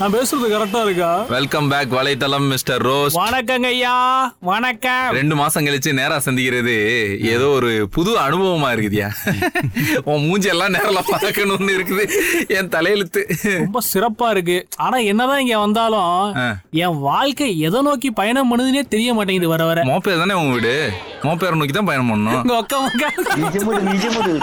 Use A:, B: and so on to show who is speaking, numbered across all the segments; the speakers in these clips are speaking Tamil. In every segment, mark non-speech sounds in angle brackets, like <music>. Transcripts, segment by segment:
A: நான் பேசுறது கரெக்டா இருக்கா
B: வெல்கம் பேக் வலைத்தளம் மிஸ்டர் ரோஸ்
A: வணக்கங்க ஐயா வணக்கம்
B: ரெண்டு மாசம் கழிச்சு நேரா சந்திக்கிறது ஏதோ ஒரு புது அனுபவமா இருக்குதுயா உன் மூஞ்சி எல்லாம் நேரில் பார்க்கணும்னு இருக்குது என் தலையெழுத்து
A: ரொம்ப சிறப்பா இருக்கு ஆனா என்னதான் இங்க வந்தாலும்
B: ஆ.
A: என் வாழ்க்கை எதை நோக்கி பயணம் பண்ணுதுன்னே தெரிய மாட்டேங்குது வர வர
B: மோப்பேர் தானே உன் வீடு மோப்பேர் நோக்கி தான் பயணம் பண்ணணும்
A: உங்க அக்கா உங்க
C: நிஜமுது நிஜமுது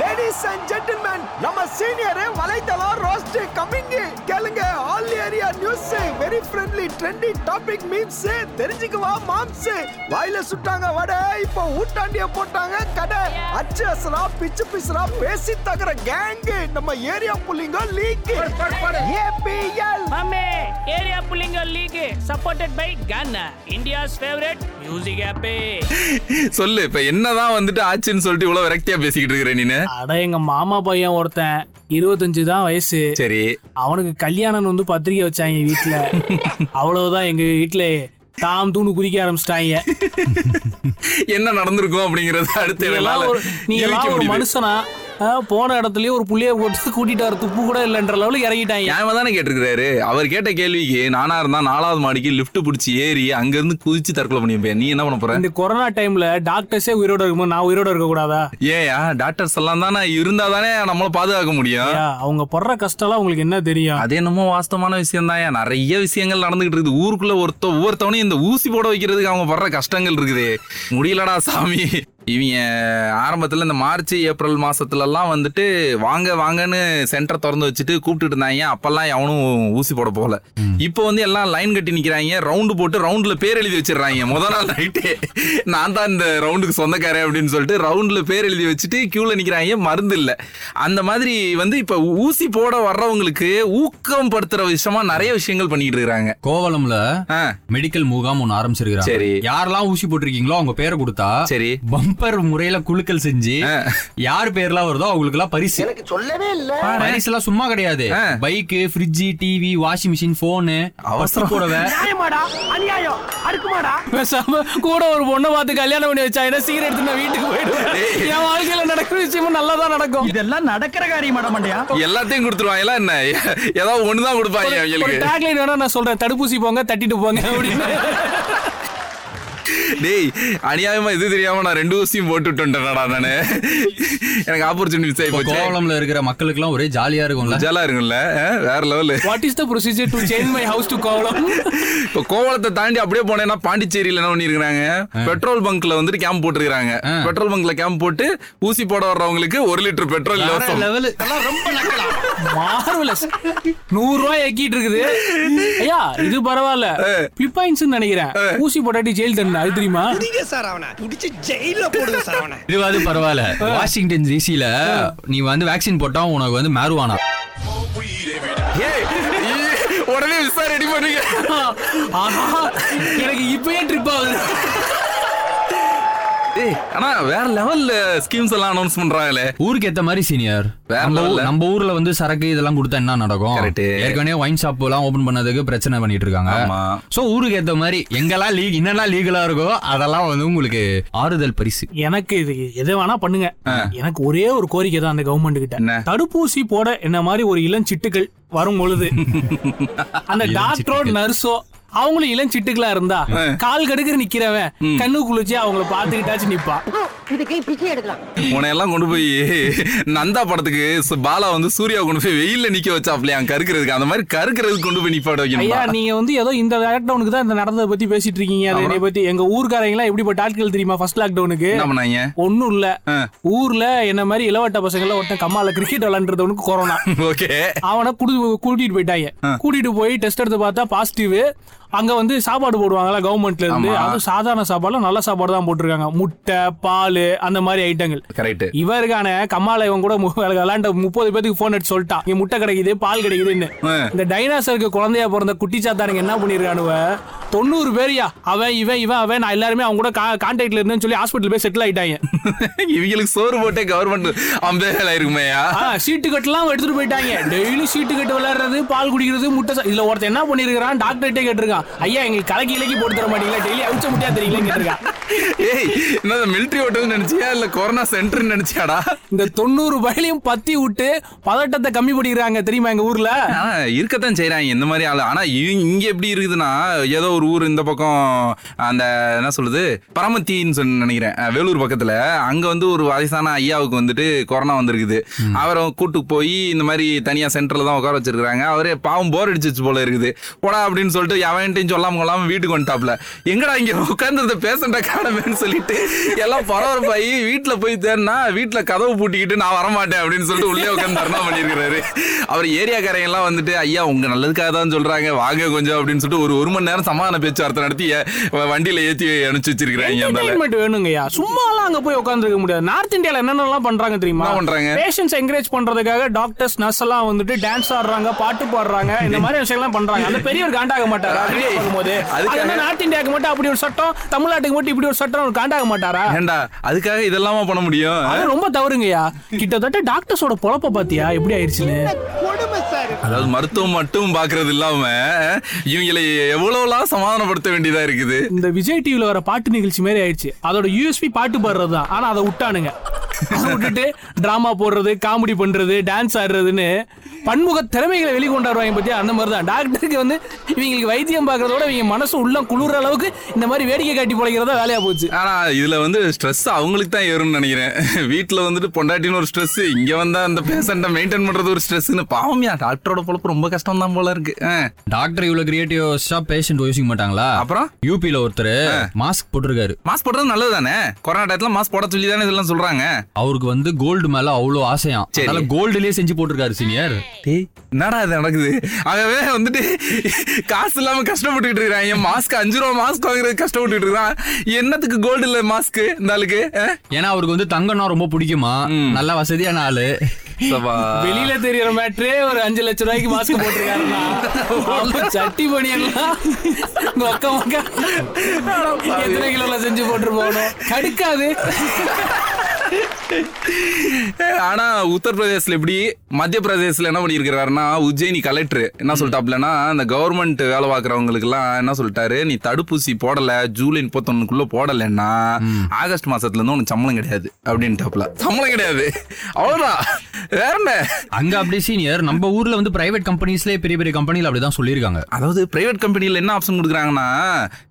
D: லேடிஸ் அண்ட் ஜென்டில்மேன் நம்ம சீனியர் வலைத்தளம் ரோஸ்ட் கமிங் கேளுங்க all area news very friendly trendy topic memes தெரிஞ்சுக்குவா மாம்ஸ் வாயில சுட்டாங்க வடை இப்போ ஊட்டாண்டிய போட்டாங்க கடை அச்சு அசரா பிச்சு பிசுரா பேசி தகர கேங் நம்ம ஏரியா புள்ளிங்க லீக் ஏபிஎல்
E: மம்மே ஏரியா புள்ளிங்க league supported by Gaana India's favourite music ஆப்பே
B: சொல்லு இப்ப என்னதான் வந்துட்டு ஆச்சுன்னு சொல்லிட்டு இவ்வளவு விரக்தியா பேசிக்கிட்டு இருக்கிற நீனு
A: அட எங்க மாமா பையன் ஒருத்தன் இருபத்தஞ்சு தான் வயசு
B: சரி
A: அவனுக்கு கல்யாணம் வந்து பத்திரிக்கை வச்சாங்க வீட்ல அவ்வளவுதான் எங்க வீட்ல தாம் தூணு குதிக்க ஆரம்பிச்சிட்டாங்க
B: என்ன நடந்திருக்கும் அப்படிங்கறது அடுத்த
A: நீ எல்லாம் ஒரு நீ எல்லாம் ஒரு மனுஷனா ஆ, போன இடத்துலயே ஒரு புள்ளைய போட்டு கூட்டிட்டு வர துப்பு கூட இல்லைன்ற லெவலுக்கு இறங்கிட்டாங்க
B: நியாயமா தானே கேட்டிருக்கிறாரு அவர் கேட்ட கேள்விக்கு நானா இருந்தா நாலாவது மாடிக்கு லிஃப்ட் பிடிச்சி ஏறி அங்க இருந்து குதிச்சு தற்கொலை பண்ணிருப்பேன் நீ என்ன பண்ண போற
A: இந்த கொரோனா டைம்ல டாக்டர்ஸே உயிரோட இருக்கும்போது நான் உயிரோட இருக்க கூடாதா
B: ஏயா டாக்டர்ஸ் எல்லாம் தானே இருந்தா தானே நம்மள பாதுகாக்க முடியும்
A: ஐயா, அவங்க படுற கஷ்டம்லாம் உங்களுக்கு என்ன தெரியும்
B: அது என்னமோ வாஸ்தவமான விஷயம் தான் நிறைய விஷயங்கள் நடந்துகிட்டு இருக்குது ஊருக்குள்ள ஒருத்த ஒவ்வொருத்தவனையும் இந்த ஊசி போட வைக்கிறதுக்கு அவங்க படுற கஷ்டங்கள் இருக்குது முடியலடா சாமி இவங்க ஆரம்பத்துல இந்த மார்ச் ஏப்ரல் மாசத்துல எல்லாம் வந்துட்டு வாங்க வாங்கன்னு சென்டர் திறந்து வச்சுட்டு கூப்பிட்டுட்டு இருந்தாங்க அப்பெல்லாம் எவனும் ஊசி போட போகல இப்போ வந்து எல்லாம் லைன் கட்டி நிக்கிறாங்க ரவுண்டு போட்டு ரவுண்ட்ல பேர் எழுதி வச்சிடுறாங்க முத நாள் நைட்டே நான் தான் இந்த ரவுண்டுக்கு சொந்தக்காரன் அப்படின்னு சொல்லிட்டு ரவுண்ட்ல பேர் எழுதி வச்சுட்டு கியூல நிக்கிறாங்க மருந்து இல்ல அந்த மாதிரி வந்து இப்ப ஊசி போட வர்றவங்களுக்கு ஊக்கம் படுத்துற விஷயமா நிறைய விஷயங்கள் பண்ணிட்டு இருக்காங்க
F: கோவளம்ல
B: ஆ,
F: மெடிக்கல் முகாம் ஒண்ணு ஆரம்பிச்சிருக்காங்க
B: சரி.
F: யாரெல்லாம் ஊசி போட்டிருக்கீங்களோ அவங்க பேரை கொடுத்தா
B: சரி.
F: பம்பர் முறையில குழுக்கள் செஞ்சு யார் பேர்லாம் வருதோ அவங்களுக்கு எல்லாம் பரிசு
C: எனக்கு சொல்லவே இல்ல
F: பரிசு எல்லாம் சும்மா கிடையாது
B: ஆ.
F: Bike fridge TV washing machine phone அவசரம் போடவே
D: நியாயமாடா அநியாயம் அடுக்குமாடா
A: பேசாம கூட ஒரு பொண்ணை பார்த்து கல்யாணம் பண்ணி வச்சாங்கன்னா சீக்கிரம் எடுத்து நான் வீட்டுக்கு போயிடுவேன் என் வாழ்க்கையில நடக்கிற விஷயமும் நல்லா தான் நடக்கும்
D: இதெல்லாம் நடக்கிற காரியமாடா மண்டையா
B: எல்லாத்தையும் கொடுத்துருவாங்களா என்ன ஏதாவது ஒண்ணுதான் கொடுப்பாங்க
A: ஒரு
B: அவங்களுக்கு
A: டேக்லைன் வேணா நான் சொல்றேன் தடுப்பூசி போங்க தட்டிட்டு போங்க அப்படின்னு
B: டேய் அநியாயமா இது தெரியாம நான் ரெண்டு ஊசியும் போட்டு விட்டுட்டேன்டா நானு எனக்கு ஆப்பர்ச்சுனிட்டி மிஸ் ஆகி
F: இப்ப
B: போச்சு
F: கோவளம்ல இருக்கிற மக்களுக்கு எல்லாம் ஒரே ஜாலியா இருக்கும்ல
B: ஜாலா இருக்கும்ல ஆ, வேற level
A: what is the procedure to change my house to Kovalam
B: இப்ப கோவளத்தை தாண்டி அப்படியே போனேன்னா பாண்டிச்சேரியில என்ன பண்ணிருக்காங்க பெட்ரோல் பங்க்ல வந்துட்டு கேம்ப் போட்டுருக்காங்க பெட்ரோல் பங்க்ல கேம்ப் போட்டு ஊசி போட வர்றவங்களுக்கு ஒரு லிட்டர் பெட்ரோல் இலவசம்
F: லெவலு
A: மார்வலஸ் நூறு ரூபாய் எக்கிட்டு இருக்குது ஐயா இது பரவாயில்ல பிலிப்பைன்ஸ் நினைக்கிறேன் ஊசி போட்டாட்டி ஜெயில் தண்டனை அது தெரியுமா
D: நீங்க சார் அவனை பிடிச்சி ஜெயில போடுங்க சார் அவனை
F: இதுவாது பரவாயில்ல வாஷிங்டன் டிசில நீ வந்து வேக்சின் போட்டா உனக்கு வந்து மேருவானா
B: ஏய், ஈ, உடனே விசா ரெடி பண்ணுங்க
A: ஆஹா, எனக்கு இப்பயே ட்ரிப் ஆகுது
B: ஏய், ஆனா வேற லெவல்ல ஸ்கீம்ஸ் எல்லாம் அனௌன்ஸ் பண்றாங்களே
F: ஊருக்கு ஏத்த மாதிரி சீனியர்
B: வேற
F: நம்ம ஊ-
B: level.
F: நம்ம ஊர்ல வந்து சரக்கு இதெல்லாம் கொடுத்தா என்ன நடக்கும்
B: Correct.
F: ஏற்கனவே ஒயின் ஷாப் எல்லாம் ஓபன் பண்ணதுக்கு பிரச்சனை பண்ணிட்டு இருக்காங்க
B: ஆமா.
F: சோ ஊருக்கு ஏத்த மாதிரி எங்கெல்லாம் லீக் என்னெல்லாம் லீகலா இருக்கோ அதெல்லாம் வந்து உங்களுக்கு ஆறுதல் பரிசு
A: எனக்கு இது எது வேணா பண்ணுங்க எனக்கு ஒரே ஒரு கோரிக்கை தான் அந்த கவர்மெண்ட்
B: என்ன?
A: கிட்ட தடுப்பூசி போட என்ன மாதிரி ஒரு இளஞ்சிட்டுகள் வரும் பொழுது அந்த டாக்டரோ நர்ஸோ அவங்களும் இளஞ்சிட்டுகளா இருந்தா கால் கடுக்கிற நிக்கிறவன் கண்ணு குளிச்சு அவங்கள பாத்துக்கிட்டாச்சு நிப்பா
G: இதுக்கு பிச்சை எடுக்கலாம்
B: உனையெல்லாம் கொண்டு போய் நந்தா படத்துக்கு சு- பாலா வந்து சூர்யா கொண்டு போய் வெயில்ல நிக்க வச்சாப்லையா கருக்கிறதுக்கு அந்த மாதிரி கருக்கிறதுக்கு கொண்டு போய் நிப்பாட
A: ஐயா
B: வைக்கணும்
A: நீங்க வந்து ஏதோ இந்த லாக்டவுனுக்கு தான் இந்த நடந்ததை பத்தி பேசிட்டு இருக்கீங்க அதை என்னை பத்தி எங்க ஊர்க்காரங்க எல்லாம் எப்படிப்பட்ட ஆட்கள் தெரியுமா ஃபர்ஸ்ட் லாக்டவுனுக்கு
B: என்ன பண்ணாங்க
A: ஒண்ணும் இல்ல
B: ஆ.
A: ஊர்ல என்ன மாதிரி இளவட்ட பசங்க எல்லாம் ஒருத்தன் கம்மால கிரிக்கெட் விளையாண்டுறவனுக்கு கொரோனா
B: ஓகே
A: அவனை குடு கூட்டிட்டு போயிட்டாங்க கூட்டிட்டு போய் டெஸ்ட் எடுத்து பார்த்தா பாசிட்டிவ் அங்க வந்து சாப்பாடு போடுவாங்கல்ல கவர்மெண்ட்ல இருந்து
B: ஆமா.
A: அதுவும் சாதாரண சாப்பாடுல நல்ல சாப்பாடு தான் போட்டிருக்காங்க முட்டை பால் அந்த மாதிரி ஐட்டங்கள்
B: கரெக்ட்
A: இவருக்கான கம்மால இவன் கூட மு- விளையாண்ட முப்பது பேத்துக்கு போன் அடிச்சு சொல்லிட்டான் இங்க முட்டை கிடைக்குது பால் கிடைக்குதுன்னு
B: ஆ.
A: இந்த டைனாசருக்கு குழந்தையா பிறந்த குட்டி சாத்தானுங்க என்ன பண்ணிருக்கானுவ தொண்ணூறு பேரியா அவன் இவன் இவன் அவன் நான் எல்லாருமே அவங்க கூட கான்டாக்ட்ல இருந்தேன்னு சொல்லி ஹாஸ்பிட்டல் போய் செட்டில் ஆயிட்டாங்க
B: இவங்களுக்கு சோறு போட்டே கவர்மெண்ட் அம்பேகலா இருக்குமேயா
A: ஆ, சீட்டு கட்டுலாம் எடுத்துட்டு போயிட்டாங்க டெய்லி சீட்டு கட்டு விளையாடுறது பால் குடிக்கிறது முட்டை சா- இதுல ஒருத்தன் என்ன பண்ணிருக்கான் டாக்டர்கிட்டே கேட்டிருக்கான் ஐயா எங்களுக்கு கலக்கி இலக்கி போட்டு தர மாட்டீங்களா டெய்லி அவிச்ச முட்டையா தெரியுங்களேன்னு கேட்டிருக்கா
B: ஏய் என்ன மிலிட்டரி ஹோட்டல் நினைச்சியா இல்ல கொரோனா சென்டர் நினைச்சியாடா
A: இந்த தொண்ணூறு பயிலையும் பத்தி விட்டு பதட்டத்தை கம்மி பண்ணிடுறாங்க தெரியுமா எங்க ஊர்ல
B: ஆனா இருக்கத்தான் செய்றாங்க இந்த மாதிரி ஆளு ஆனா இவங்க- இங்க எப்படி இருக்குதுன்னா ஏதோ ஒரு ஊர் இந்த பக்கம் அந்த என்ன சொல்லுது பரமத்தின்னு சொல்லி நினைக்கிறேன் அஹ் வேலூர் பக்கத்துல அங்க வந்து ஒரு வயசான ஐயாவுக்கு வந்துட்டு கொரோனா வந்திருக்குது அவரை கூட்டு போய் இந்த மாதிரி தனியா சென்டர்ல தான் உட்கார வச்சிருக்காங்க அவரே பாவம் போர் அடிச்சிச்சு போல இருக்குது போடா அப்படின்னு சொல்லிட்டு எவன்ட்டையும் சொல்லாம கொள்ளாம வீட்டுக்கு வந்துட்டாப்ல எங்கடா இங்க உட்காந்துருந்த பேசண்டா காணமேன்னு சொல்லிட்டு எல்லாம் பரபரப்பாகி வீட்டுல போய் தேடினா வீட்டுல கதவு பூட்டிக்கிட்டு நான் வரமாட்டேன் அப்படின்னு சொல்லிட்டு உள்ளே உட்காந்து தர்ணா பண்ணியிருக்கிறாரு அவர் ஏரியாக்காரங்க எல்லாம் வந்துட்டு ஐயா உங்க நல்லதுக்காக தான் சொல்றாங்க வாங்க கொஞ்சம் அப்படின்னு சொல்லிட்டு ஒரு ஒரு மணி நேரம் சமாதான பேச்சுவார்த்தை நடத்தி ஏ- வ- வண்டியில ஏத்தி அனுப்பிச்சு வச்சிருக்கிறாங்க அந்த ஆளை.
A: என்டர்டைன்மெண்ட் வேணுங்கய்யா சும்மாலாம் அங்க போய் உட்காந்துருக்க முடியாது நார்த் இந்தியால என்னென்னலாம் பண்றாங்க தெரியுமா
B: என்ன பண்றாங்க?
A: பேஷன்ஸ் என்கரேஜ் பண்றதுக்காக டாக்டர்ஸ் நர்ஸ் எல்லாம் வந்துட்டு டான்ஸ் ஆடுறாங்க பாட்டு பாடுறாங்க இந்த மாதிரி விஷயம்லாம் பண்றாங்க அந்த பெரியவர் காண்டாக மாட்டாரா
B: அடே,
A: பார்க்கும்போது
B: அதுக்காக-
A: அதுக்காக நார்த் இந்தியாவுக்கு மட்டும் அப்படி ஒரு சட்டம் தமிழ்நாட்டுக்கு மட்டும் இப்படி ஒரு சட்டம் அவர் காண்டாக மாட்டாரா
B: ஏன்டா அதுக்காக இதெல்லாமா பண்ண முடியும்
A: அது ரொம்ப தவறுங்கய்யா கிட்டத்தட்ட டாக்டர்ஸோட பொழப்ப பாத்தியா எப்படி ஆயிடுச்சுன்னு
D: கொடுமை சார்
B: அதாவது மருத்துவம் மட்டும் பாக்குறது இல்லாம இவங்களை எவ்வளவுலாம் சமாதானப்படுத்த வேண்டியதா இருக்குது
A: இந்த விஜய் டிவில வர பாட்டு நிகழ்ச்சி மாதிரி ஆயிடுச்சு அதோட யூஎஸ்பி பாட்டு பாடுறது தான் ஆனா அதை விட்டானுங்க அதை விட்டுட்டு டிராமா போடுறது காமெடி பண்றது டான்ஸ் ஆடுறதுன்னு பன்முக திறமைகளை வெளிக்கொண்டு வருவாங்க பத்தியா அந்த மாதிரி தான் டாக்டருக்கு வந்து இவங்களுக்கு வைத்தியம் பார்க்கறதோட இவங்க மனசு உள்ள குளிர்ற அளவுக்கு இந்த மாதிரி வேடிக்கை காட்டி பிழைக்கிறதா வேலையா போச்சு
B: ஆனா இதுல வந்து ஸ்ட்ரெஸ் அவங்களுக்கு தான் ஏறும்னு நினைக்கிறேன் <laughs> வீட்ல வந்துட்டு பொண்டாட்டின்னு ஒரு ஸ்ட்ரெஸ் இங்க வந்தா அந்த பேஷண்ட்டை மெயின்டைன் பண்றது ஒரு ஸ்ட்ரெஸ்னு பாவம்யா டாக்டரோட பொழப்பு ரொம்ப கஷ்டம் தான் போல இருக்கு ஆ,
F: டாக்டர் இவ்வளவு கிரியேட்டிவா பேஷண்ட் யோசிக்க மாட்டாங்களா
B: அப்புறம்?
F: யூபில ஒருத்தர் மாஸ்க் போட்டிருக்காரு
B: மாஸ்க் போடுறது நல்லது தானே கொரோனா டயத்துல மாஸ்க் போட சொல்லி தானே இதெல்லாம் சொல்றாங்க
F: அவருக்கு வந்து கோல்டு மேல அவ்வளவு ஆசையாம்
B: சரி.
F: அதனால கோல்டுலயே செஞ்சு போட்டிருக்காரு சீனியர்
B: என்னடா இது நடக்குது ஆகவே வந்துட்டு காசு இல்லாம கஷ்டப்பட்டுக்கிட்டு இருக்காங்க மாஸ்க் அஞ்சு ரூபா மாஸ்க் வாங்குறது கஷ்டப்பட்டுக்கிட்டு இருக்கான் என்னத்துக்கு கோல்டு இல்ல மாஸ்க் இந்த ஆளுக்கு ஆ?
F: ஏன்னா அவருக்கு வந்து தங்கம்னா ரொம்ப பிடிக்குமா நல்ல வசதியான ஆளு
B: சபா.
A: வெளியில தெரியற மேட்ரே ஒரு அஞ்சு லட்சம் ரூபாய்க்கு மாஸ்க் போட்டிருக்காருன்னா அப்ப சட்டி பணியெல்லாம் மொக்க மொக்க எத்தனை கிலோல செஞ்சு போட்டு போகணும் கடுக்காது
B: ஆனா உத்தரப்பிரதேசல எப்படி மத்திய பிரதேசல என்ன பண்ணியிருக்கிறாருன்னா உஜ்ஜயினி கலெக்டர் என்ன சொல்லிட்டாப்லன்னா அந்த கவர்மெண்ட் வேலை பார்க்குறவங்களுக்கு எல்லாம் என்ன சொல்லிட்டாரு நீ தடுப்பூசி போடல ஜூலை முப்பத்தொன்னுக்குள்ள போடலைன்னா ஆகஸ்ட் மாசத்துல இருந்து உனக்கு சம்பளம் கிடையாது அப்படின்ட்டாப்ல சம்பளம் கிடையாது அவ்வளவுதான் வேற என்ன
F: அங்க அப்படியே சீனியர் நம்ம ஊர்ல வந்து பிரைவேட் கம்பெனிஸ்லயே பெரிய பெரிய கம்பெனில அப்படிதான் சொல்லியிருக்காங்க
B: அதாவது பிரைவேட் கம்பெனில என்ன ஆப்ஷன் கொடுக்குறாங்கன்னா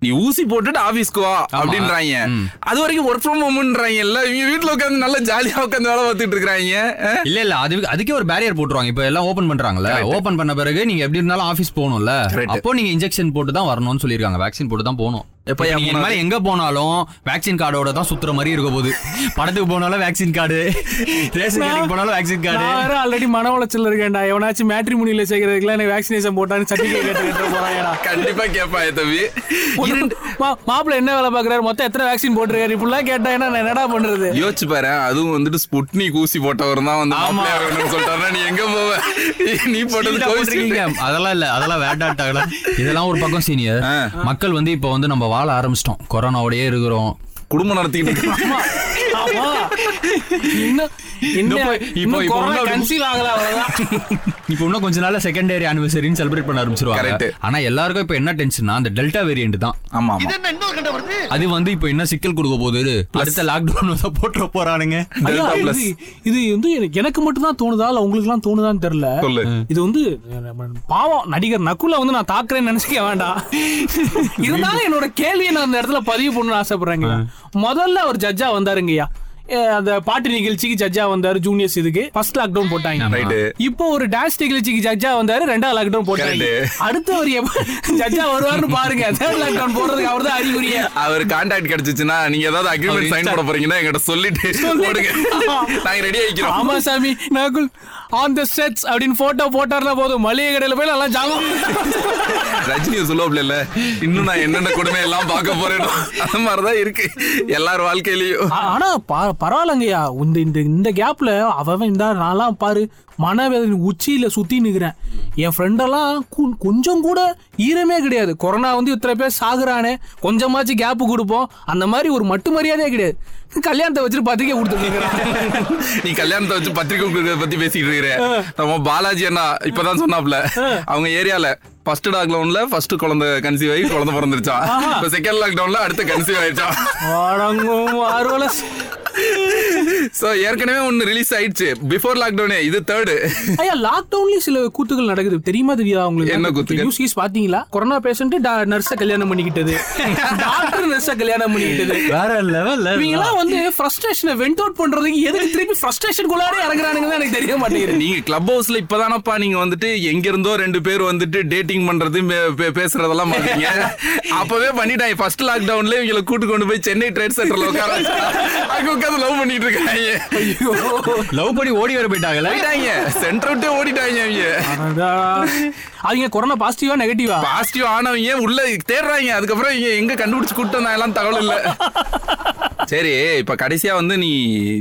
B: நீ ஊசி போட்டுட்டு ஆபீஸ்க்கு வா அப்படின்றாங்க அது வரைக்கும் ஒர்க் ஃப்ரம் ஹோம்ன்றாங்க இல்ல இவங்க வீட்டுல உட்காந்து நல்லா ஜாலியா உட்காந்து வேலை பார்த்துட்டு இருக்கிறாங்க
F: இல்ல இல்ல அது அதுக்கே ஒரு பேரியர் போட்டுருவாங்க இப்ப எல்லாம் ஓபன் பண்றாங்கல்ல ஓபன் பண்ண பிறகு நீங்க எப்படி இருந்தாலும் ஆபீஸ் போகணும்ல
B: Correct.
F: அப்போ நீங்க இன்ஜெக்ஷன் போட்டு தான் வரணும்னு சொல்லியிருக்காங்க வேக்சின் போட்டு தான் போகணும்
B: எப்ப
F: இப்ப
B: ஏன்
F: நீங்க இந்த மாதிரி எங்க போனாலும் வேக்சின் கார்டோட தான் சுத்துற மாதிரி இருக்க போகுது படத்துக்கு போனாலும் வேக்சின் கார்டு ரேஷன் கடைக்கு போனாலும் வேக்சின் கார்டு
A: நான் வேற ஆல்ரெடி மன உளைச்சல் இருக்கேன்டா எவனாச்சும் மேட்ரி முடியல சேர்க்கறதுக்குலாம் எனக்கு வேக்சினேஷன் போட்டான்னு சர்டிஃபிகேட் கேட்டு கேட்டு போறாங்கடா
B: கண்டிப்பா கேப்பா தம்பி இரண்டு-
A: மாப்பிள்ள என்ன வேலை பாக்குறாரு மொத்தம் எத்தனை வேக்சின் போட்டிருக்காரு இப்படிலாம் கேட்டா என்ன நான் என்னடா பண்றது
B: யோசிச்சு பாரு அதுவும் வந்துட்டு ஸ்புட்னிக் ஊசி போட்டவர் தான் வந்து மாப்பிள்ளையா வேணும்னு சொல்லிட்டாருன்னா நீ எங்க போவ நீ போட்டது
F: இதெல்லாம்
B: கோவிஷீல்டு.
F: போட்டிருக்கீங்க. அதெல்லாம் இல்ல அதெல்லாம் வேண்டாட்டாங்களா
B: <laughs>
F: இதெல்லாம் ஒரு பக்கம் சீனியர் மக்கள் வந்து இப்போ வந்து நம்ம வாழ ஆரம்பிச்சிட்டோம் கொரோனாவோடயே இருக்கிறோம்
B: குடும்பம் நடத்திக்கிட்டு இருக்கான்.
A: ஆமா இன்னும்
F: இப்போ-
A: இன்னும்
F: இப்போ-
A: இன்னும்
F: இப்போ
A: கொரோனா
F: இன்னும்
A: கன்சீவ் ஆகல அவ்வளவுதான்
F: இப்போ இன்னும் கொஞ்ச நாள் செகண்டரி ஆனிவர்சரின்னு செலிப்ரேட் பண்ண
B: Correct.
F: ஆரம்பிச்சிருவாங்க ஆனா எல்லாருக்கும் இப்போ என்ன டென்ஷன்னா அந்த டெல்டா வேரியன்ட் தான்
B: ஆமா ஆமா
F: அது வந்து இப்போ என்ன சிக்கல் கொடுக்க போகுது அடுத்த லாக்டவுன் வந்து போட்டுற போறானுங்க
A: ஐயா,
B: Delta plus.
A: இது இது வந்து எனக்கு- எனக்கு மட்டும் தான் தோணுதா இல்ல உங்களுக்கு எல்லாம் தோணுதான்னு தெரியல
B: சொல்லு.
A: இது வந்து நம்ம பாவம் நடிகர் நக்குல வந்து நான் தாக்குறேன்னு நினைச்சுக்க வேண்டாம் இருந்தாலும் என்னோட கேள்வியை நான் அந்த இடத்துல பதிவு பண்ணணும்னு ஆசைப்படுறேங்க முதல்ல அவர் ஜட்ஜா வந்தாருங்கய்யா அஹ் அந்த பாட்டு நிகழ்ச்சிக்கு ஜட்ஜா வந்தாரு ஜூனியர்ஸ் இதுக்கு ஃபர்ஸ்ட் லாக்டவுன்
B: Right.
A: போட்டாங்க இப்போ ஒரு டான்ஸ் நிகழ்ச்சிக்கு ஜட்ஜா வந்தாரு ரெண்டாவது லாக்டவுன் போட்டாங்க
B: Correct.
A: அடுத்து அவர் எப்ப ஜட்ஜா வருவாருன்னு பாருங்க தேர்ட் லாக்டவுன் போடுறதுக்கு அவர்தான் அறிகுறியே
B: அவர் கான்டாக்ட் கிடைச்சிச்சுன்னா நீங்க ஏதாவது அக்ரிமெண்ட் சைன் போட போறீங்கன்னா என்கிட்ட சொல்லிட்டு போடுங்க நாங்க ரெடி ஆயிக்கிறோம்
A: ஆமா சாமி நகுல் ஆன் த செட்ஸ் அப்படின்னு போட்டோ போட்டார்ல போதும் மளிகை கடையில போய் நல்லா ஜாமான்
B: ரஜினியை சொல்லுவாப்ல இல்ல இன்னும் நான் என்னென்ன கொடுமை எல்லாம் பார்க்க போறேன் அந்த மாதிரிதான் இருக்கு எல்லார் வாழ்க்கையிலயும்
A: ஆ- ஆனா பா- பரவாயில்லைங்கய்யா இந்த இந்த இந்த கேப்ல அவன் இந்த நான்லாம் பாரு மனவேதனை உச்சியில சுத்தி நிக்கிறேன் என் ஃப்ரெண்டெல்லாம் கு- கொஞ்சம் கூட ஈரமே கிடையாது கொரோனா வந்து இத்தனை பேர் சாகுறானே கொஞ்சமாச்சும் கேப் கொடுப்போம் அந்த மாதிரி ஒரு மட்டு மரியாதையே கிடையாது கல்யாணத்தை வச்சுட்டு பத்திரிக்கை கொடுத்துருக்கேன்
B: நீ கல்யாணத்தை வச்சு பத்திரிக்கை கொடுக்கறத பத்தி பேசிட்டு இருக்கிற நம்ம பாலாஜி அண்ணா இப்பதான் சொன்னாப்ல அவங்க ஏரியால ஃபர்ஸ்ட் லாக்டவுன்ல ஃபர்ஸ்ட் குழந்தை கன்சீவ் ஆகி குழந்தை பிறந்துருச்சா இப்ப செகண்ட் லாக்டவுன்ல அடுத்த கன்சீவ் ஆயிடுச்சா
A: அடங்கும் ஆர்வலஸ்
B: சோ ஏற்கனவே ஒன்னு ரிலீஸ் ஆயிடுச்சு பிஃபோர் லாக்டவுனே இது தேர்டு
A: ஐயா லாக்டவுன்லயும் சில கூத்துக்கள் நடக்குது தெரியுமா தெரியாதா உங்களுக்கு
B: என்ன கூத்துக்கள்?
A: நியூஸ் பாத்தீங்களா கொரோனா பேஷண்ட் நர்ஸ கல்யாணம்
B: <laughs>
A: பண்ணிக்கிட்டது டாக்டர் நர்ஸ கல்யாணம் பண்ணிக்கிட்டது
F: வேற லெவல்ல
A: இவங்கெல்லாம் வந்து ஃப்ரஸ்ட்ரேஷனை வெண்ட் அவுட் பண்றதுக்கு எதுக்கு திருப்பி ஃப்ரஸ்ட்ரேஷன் குள்ளாரே இறங்குறானுங்கன்னு எனக்கு தெரிய மாட்டேங்குது
B: நீங்க கிளப் ஹவுஸ்ல இப்பதானப்பா நீங்க வந்துட்டு எங்க இருந்தோ ரெண்டு பேர் வந்துட்டு டேட்டிங் பண்றது பே- பே- பேசுறதெல்லாம் பாத்தீங்க அப்பவே பண்ணிட்டாங்க ஃபர்ஸ்ட் லாக்டவுன்ல இவங்களை கூட்டு கொண்டு போய் சென்னை ட்ரேட் சென்டர்ல உட்கார வச்சு, அங்க உட்காந்து லவ் பண்ணிட்டு இருக்காங்க
F: லவ் பண்ணி ஓடி வர போயிட்டாங்கல்ல
B: போயிட்டாங்க சென்டர் விட்டே ஓடிட்டாங்க அவங்க
A: அடடா. அவங்க கொரோனா பாசிட்டிவா நெகட்டிவா
B: பாசிட்டிவ் ஆனவங்க உள்ள தேடுறாங்க அதுக்கப்புறம் இங்க எங்க கண்டுபிடிச்சு கூட்டு வந்தாங்க எல்லாம் தகவல் இல்ல சரி இப்ப கடைசியா வந்து நீ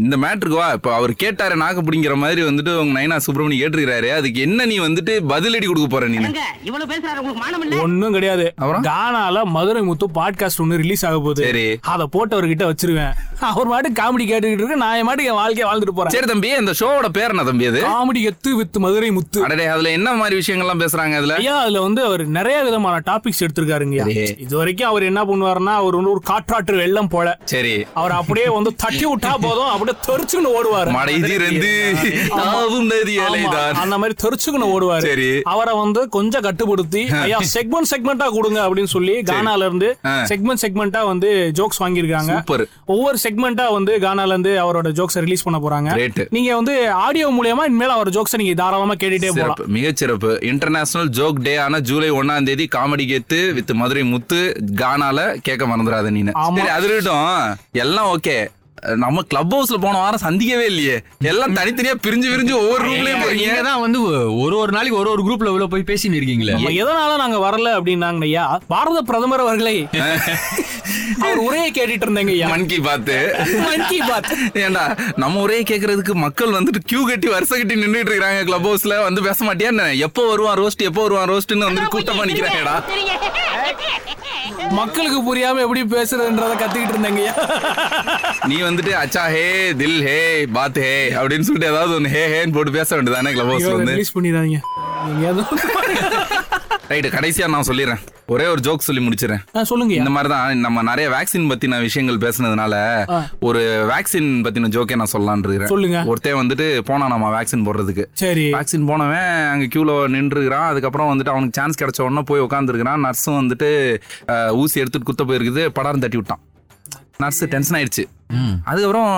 B: இந்த மேட்ருக்கு வா இப்ப அவர் கேட்டாரு நாக்கு பிடிங்கிற மாதிரி வந்துட்டு உங்க நயனா சுப்பிரமணி கேட்டிருக்காரு அதுக்கு என்ன நீ வந்துட்டு பதிலடி கொடுக்க போற நீ
G: என்னங்க இவ்வளவு பேசுறாரு உங்களுக்கு மானம் இல்ல
A: ஒண்ணும் கிடையாது
B: அப்புறம்?
A: கானால மதுரை முத்து பாட்காஸ்ட் ஒண்ணு ரிலீஸ் ஆக போகுது
B: சரி.
A: அதை போட்டவர்கிட்ட வச்சிருவேன் அவர் மாட்டுக்கு காமெடி கேட்டுக்கிட்டு இருக்கு நான் என் மாட்டுக்கு என் வாழ்க்கைய வாழ்ந்துட்டு போறேன்
B: சரி தம்பி இந்த ஷோவோட பேர் என்ன தம்பி அது
A: காமெடி எத்து வித் மதுரை முத்து
B: அடடே அதுல என்ன மாதிரி விஷயங்கள்லாம் பேசுறாங்க அதுல
A: ஐயா அதுல வந்து அவர் நிறைய விதமான டாபிக்ஸ் எடுத்திருக்காருங்க
B: சரி.
A: இது வரைக்கும் அவர் என்ன பண்ணுவாருன்னா அவர் வந்து ஒரு காற்றாற்று வெள்ளம் போல
B: சரி
A: அவர் அப்படியே வந்து தட்டி விட்டா போதும் அப்படியே தெரிச்சுன்னு ஓடுவாரு
B: மடைதி ரெண்டு தாவும் நதி
A: ஆமா,
B: அலைதான்
A: அந்த மாதிரி தெரிச்சுக்கணும் ஓடுவாரு
B: சரி.
A: அவரை வந்து கொஞ்சம் கட்டுப்படுத்தி ஐயா செக்மெண்ட் செக்மெண்டா கொடுங்க அப்படின்னு சொல்லி கானால இருந்து
B: ஆ.
A: செக்மெண்ட் செக்மெண்டா வந்து ஜோக்ஸ் வாங்கியிருக்காங்க
B: சூப்பர்
A: ஒவ்வொரு செக்மெண்டா வந்து கானால இருந்து அவரோட ஜோக்ஸ் ரிலீஸ் பண்ண போறாங்க
B: Great.
A: நீங்க வந்து ஆடியோ மூலியமா இனிமேல் அவர் ஜோக்ஸ் நீங்க தாராளமா கேட்டுட்டே போலாம்
B: சிறப்பு மிகச்சிறப்பு இன்டர்நேஷனல் ஜோக் டே ஆன ஜூலை ஒண்ணாம் தேதி காமெடி கெத்து வித் மதுரை முத்து கானால கேட்க மறந்துடாத நீனு
A: ஆமா.
B: சரி அது இருக்கட்டும் எல்லாம் ஓகே நம்ம கிளப் ஹவுஸ்ல போன வாரம் சந்திக்கவே இல்லையே எல்லாம் தனித்தனியா பிரிஞ்சு பிரிஞ்சு ஒவ்வொரு ரூம்லயும் போறீங்க
F: <laughs> நீங்க தான் வந்து ஒரு ஒரு நாளைக்கு ஒரு ஒரு குரூப்ல இவ்வளவு போய் பேசின்னு இருக்கீங்களே
A: நம்ம எதனால நாங்க வரல அப்படின்னாங்க ஐயா பாரத பிரதமர் அவர்களே அவர் உரையை கேட்டுட்டு இருந்தேங்க ஐயா
B: மன் கி பாத்து
A: மன் கி பாத்.
B: ஏண்டா நம்ம ஒரே கேக்குறதுக்கு மக்கள் வந்துட்டு கியூ கட்டி வருஷ கட்டி நின்னுட்டு இருக்காங்க கிளப் ஹவுஸ்ல வந்து பேச மாட்டியா என்ன? எப்போ வருவான் ரோஸ்ட் எப்போ வருவான் ரோஸ்ட்னு வந்துட்டு கூட்டமா நிக்கிறாங்கடா
A: மக்களுக்கு புரியாம எப்படி பேசுறதுன்றத கத்துக்கிட்டு இருந்தேங்க ஐயா
B: நீ வந்துட்டு அச்சா ஹே தில் ஹே பாத் ஹே அப்படின்னு சொல்லிட்டு ஏதாவது ஒன்று ஹே ஹேன்னு போட்டு பேச வேண்டியதானே கிளப் ஹவுஸ்ல வந்து
A: ரிலீஸ் பண்ணிடாதீங்க எங்கேயாவது
B: ரைட்டு கடைசியா நான் சொல்லிடுறேன் ஒரே ஒரு ஜோக் சொல்லி முடிச்சிடறேன்
A: ஆ, சொல்லுங்க ஐயா.
B: இந்த மாதிரி தான் நம்ம நிறைய வேக்சின் பத்தின விஷயங்கள் பேசுனதுனால
A: ஆ.
B: ஒரு வேக்சின் பத்தின ஜோக்கே நான் சொல்லலாம்னு
A: சொல்லுங்க.
B: இருக்கிறேன் ஒருத்தன் வந்துட்டு போனான் நம்ம வேக்சின் போடுறதுக்கு
A: சரி
B: வேக்சின் போனவன் அங்க கியூல நின்றுக்கிறான் அதுக்கப்புறம் வந்துட்டு அவனுக்கு சான்ஸ் கிடைச்ச உடனே போய் உட்காந்துருக்கிறான் நர்ஸும் வந்துட்டு அஹ், ஊசி எடுத்துட்டு குத்த போயிருக்குது படாரம் தட்டி விட்டான் நர்ஸ் டென்ஷன் ஆயிடுச்சு அதுக்கப்புறம்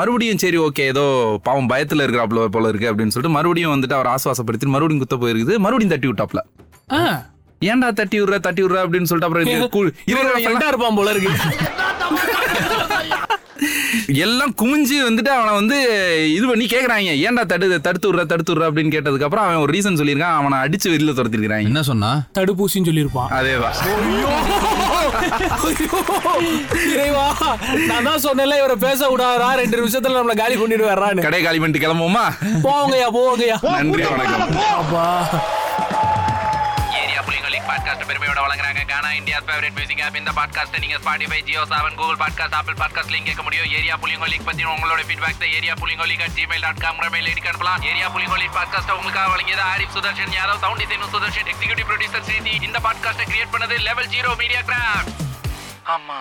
B: மறுபடியும் சரி ஓகே ஏதோ பாவம் பயத்துல இருக்கிறாப்ல போல இருக்கு அப்படின்னு சொல்லிட்டு மறுபடியும் வந்துட்டு அவர் ஆசுவாசப்படுத்தி மறுபடியும் குத்த போயிருக்குது மறுபடியும் தட்டி விட்டாப்ல
A: ஆ.
B: ஏன்டா தட்டி விடுற தட்டி விடுற அப்படின்னு சொல்லிட்டு அப்புறம் இது கூ- இருக்கிற
A: இவன்
B: பசங்க
A: எட்டா இருப்பான் போல இருக்கு
B: எல்லாம் குமிஞ்சு வந்துட்டு அவனை வந்து இது பண்ணி கேக்குறாங்க ஏன்டா தடு தடுத்து விடுற தடுத்து விடுற அப்படின்னு கேட்டதுக்கு அப்புறம் அவன் ஒரு ரீசன் சொல்லியிருக்கான் அவனை அடிச்சு வெளியில துரத்திருக்கிறாங்க
F: என்ன சொன்னா
A: தடுப்பூசின்னு சொல்லியிருப்பான்
B: அதேதான்
A: இறைவா நான் தான் சொன்னேன்ல இவரை பேச விடாதா ரெண்டு நிமிஷத்துல நம்மள காலி பண்ணிட்டு வர்றான்னு
B: கடை காலி பண்ணிட்டு கிளம்புவோமா
A: போங்கய்யா போங்கய்யா
B: நன்றி வணக்கம்
A: அப்பா
C: ஏரியா புலிகள் லீக் பாட்காஸ்ட் பெருமையோட வழங்குறாங்க Gaana India favourite music app இந்த பாட்காஸ்ட் நீங்க Spotify Jio Saavn Google podcast Apple பாட்காஸ்ட்லையும் கேட்க முடியும் ஏரியா புலிகள் லீக் பத்தி உங்களோட ஃபீட்பேக் ஏரியா புலிகள் league at Gmail dot com mail ஐடிக்கு அனுப்பலாம் ஏரியா புலிகள் லீக் பாட்காஸ்ட் உங்களுக்காக வழங்கியது Arif Sudarshan Yadav sound design Sudarshan executive producer Sridhi இந்த பாட்காஸ்ட்டை கிரியேட் பண்ணது லெவல் ஜீரோ மீடியா கிராஃப்ட் ஆமா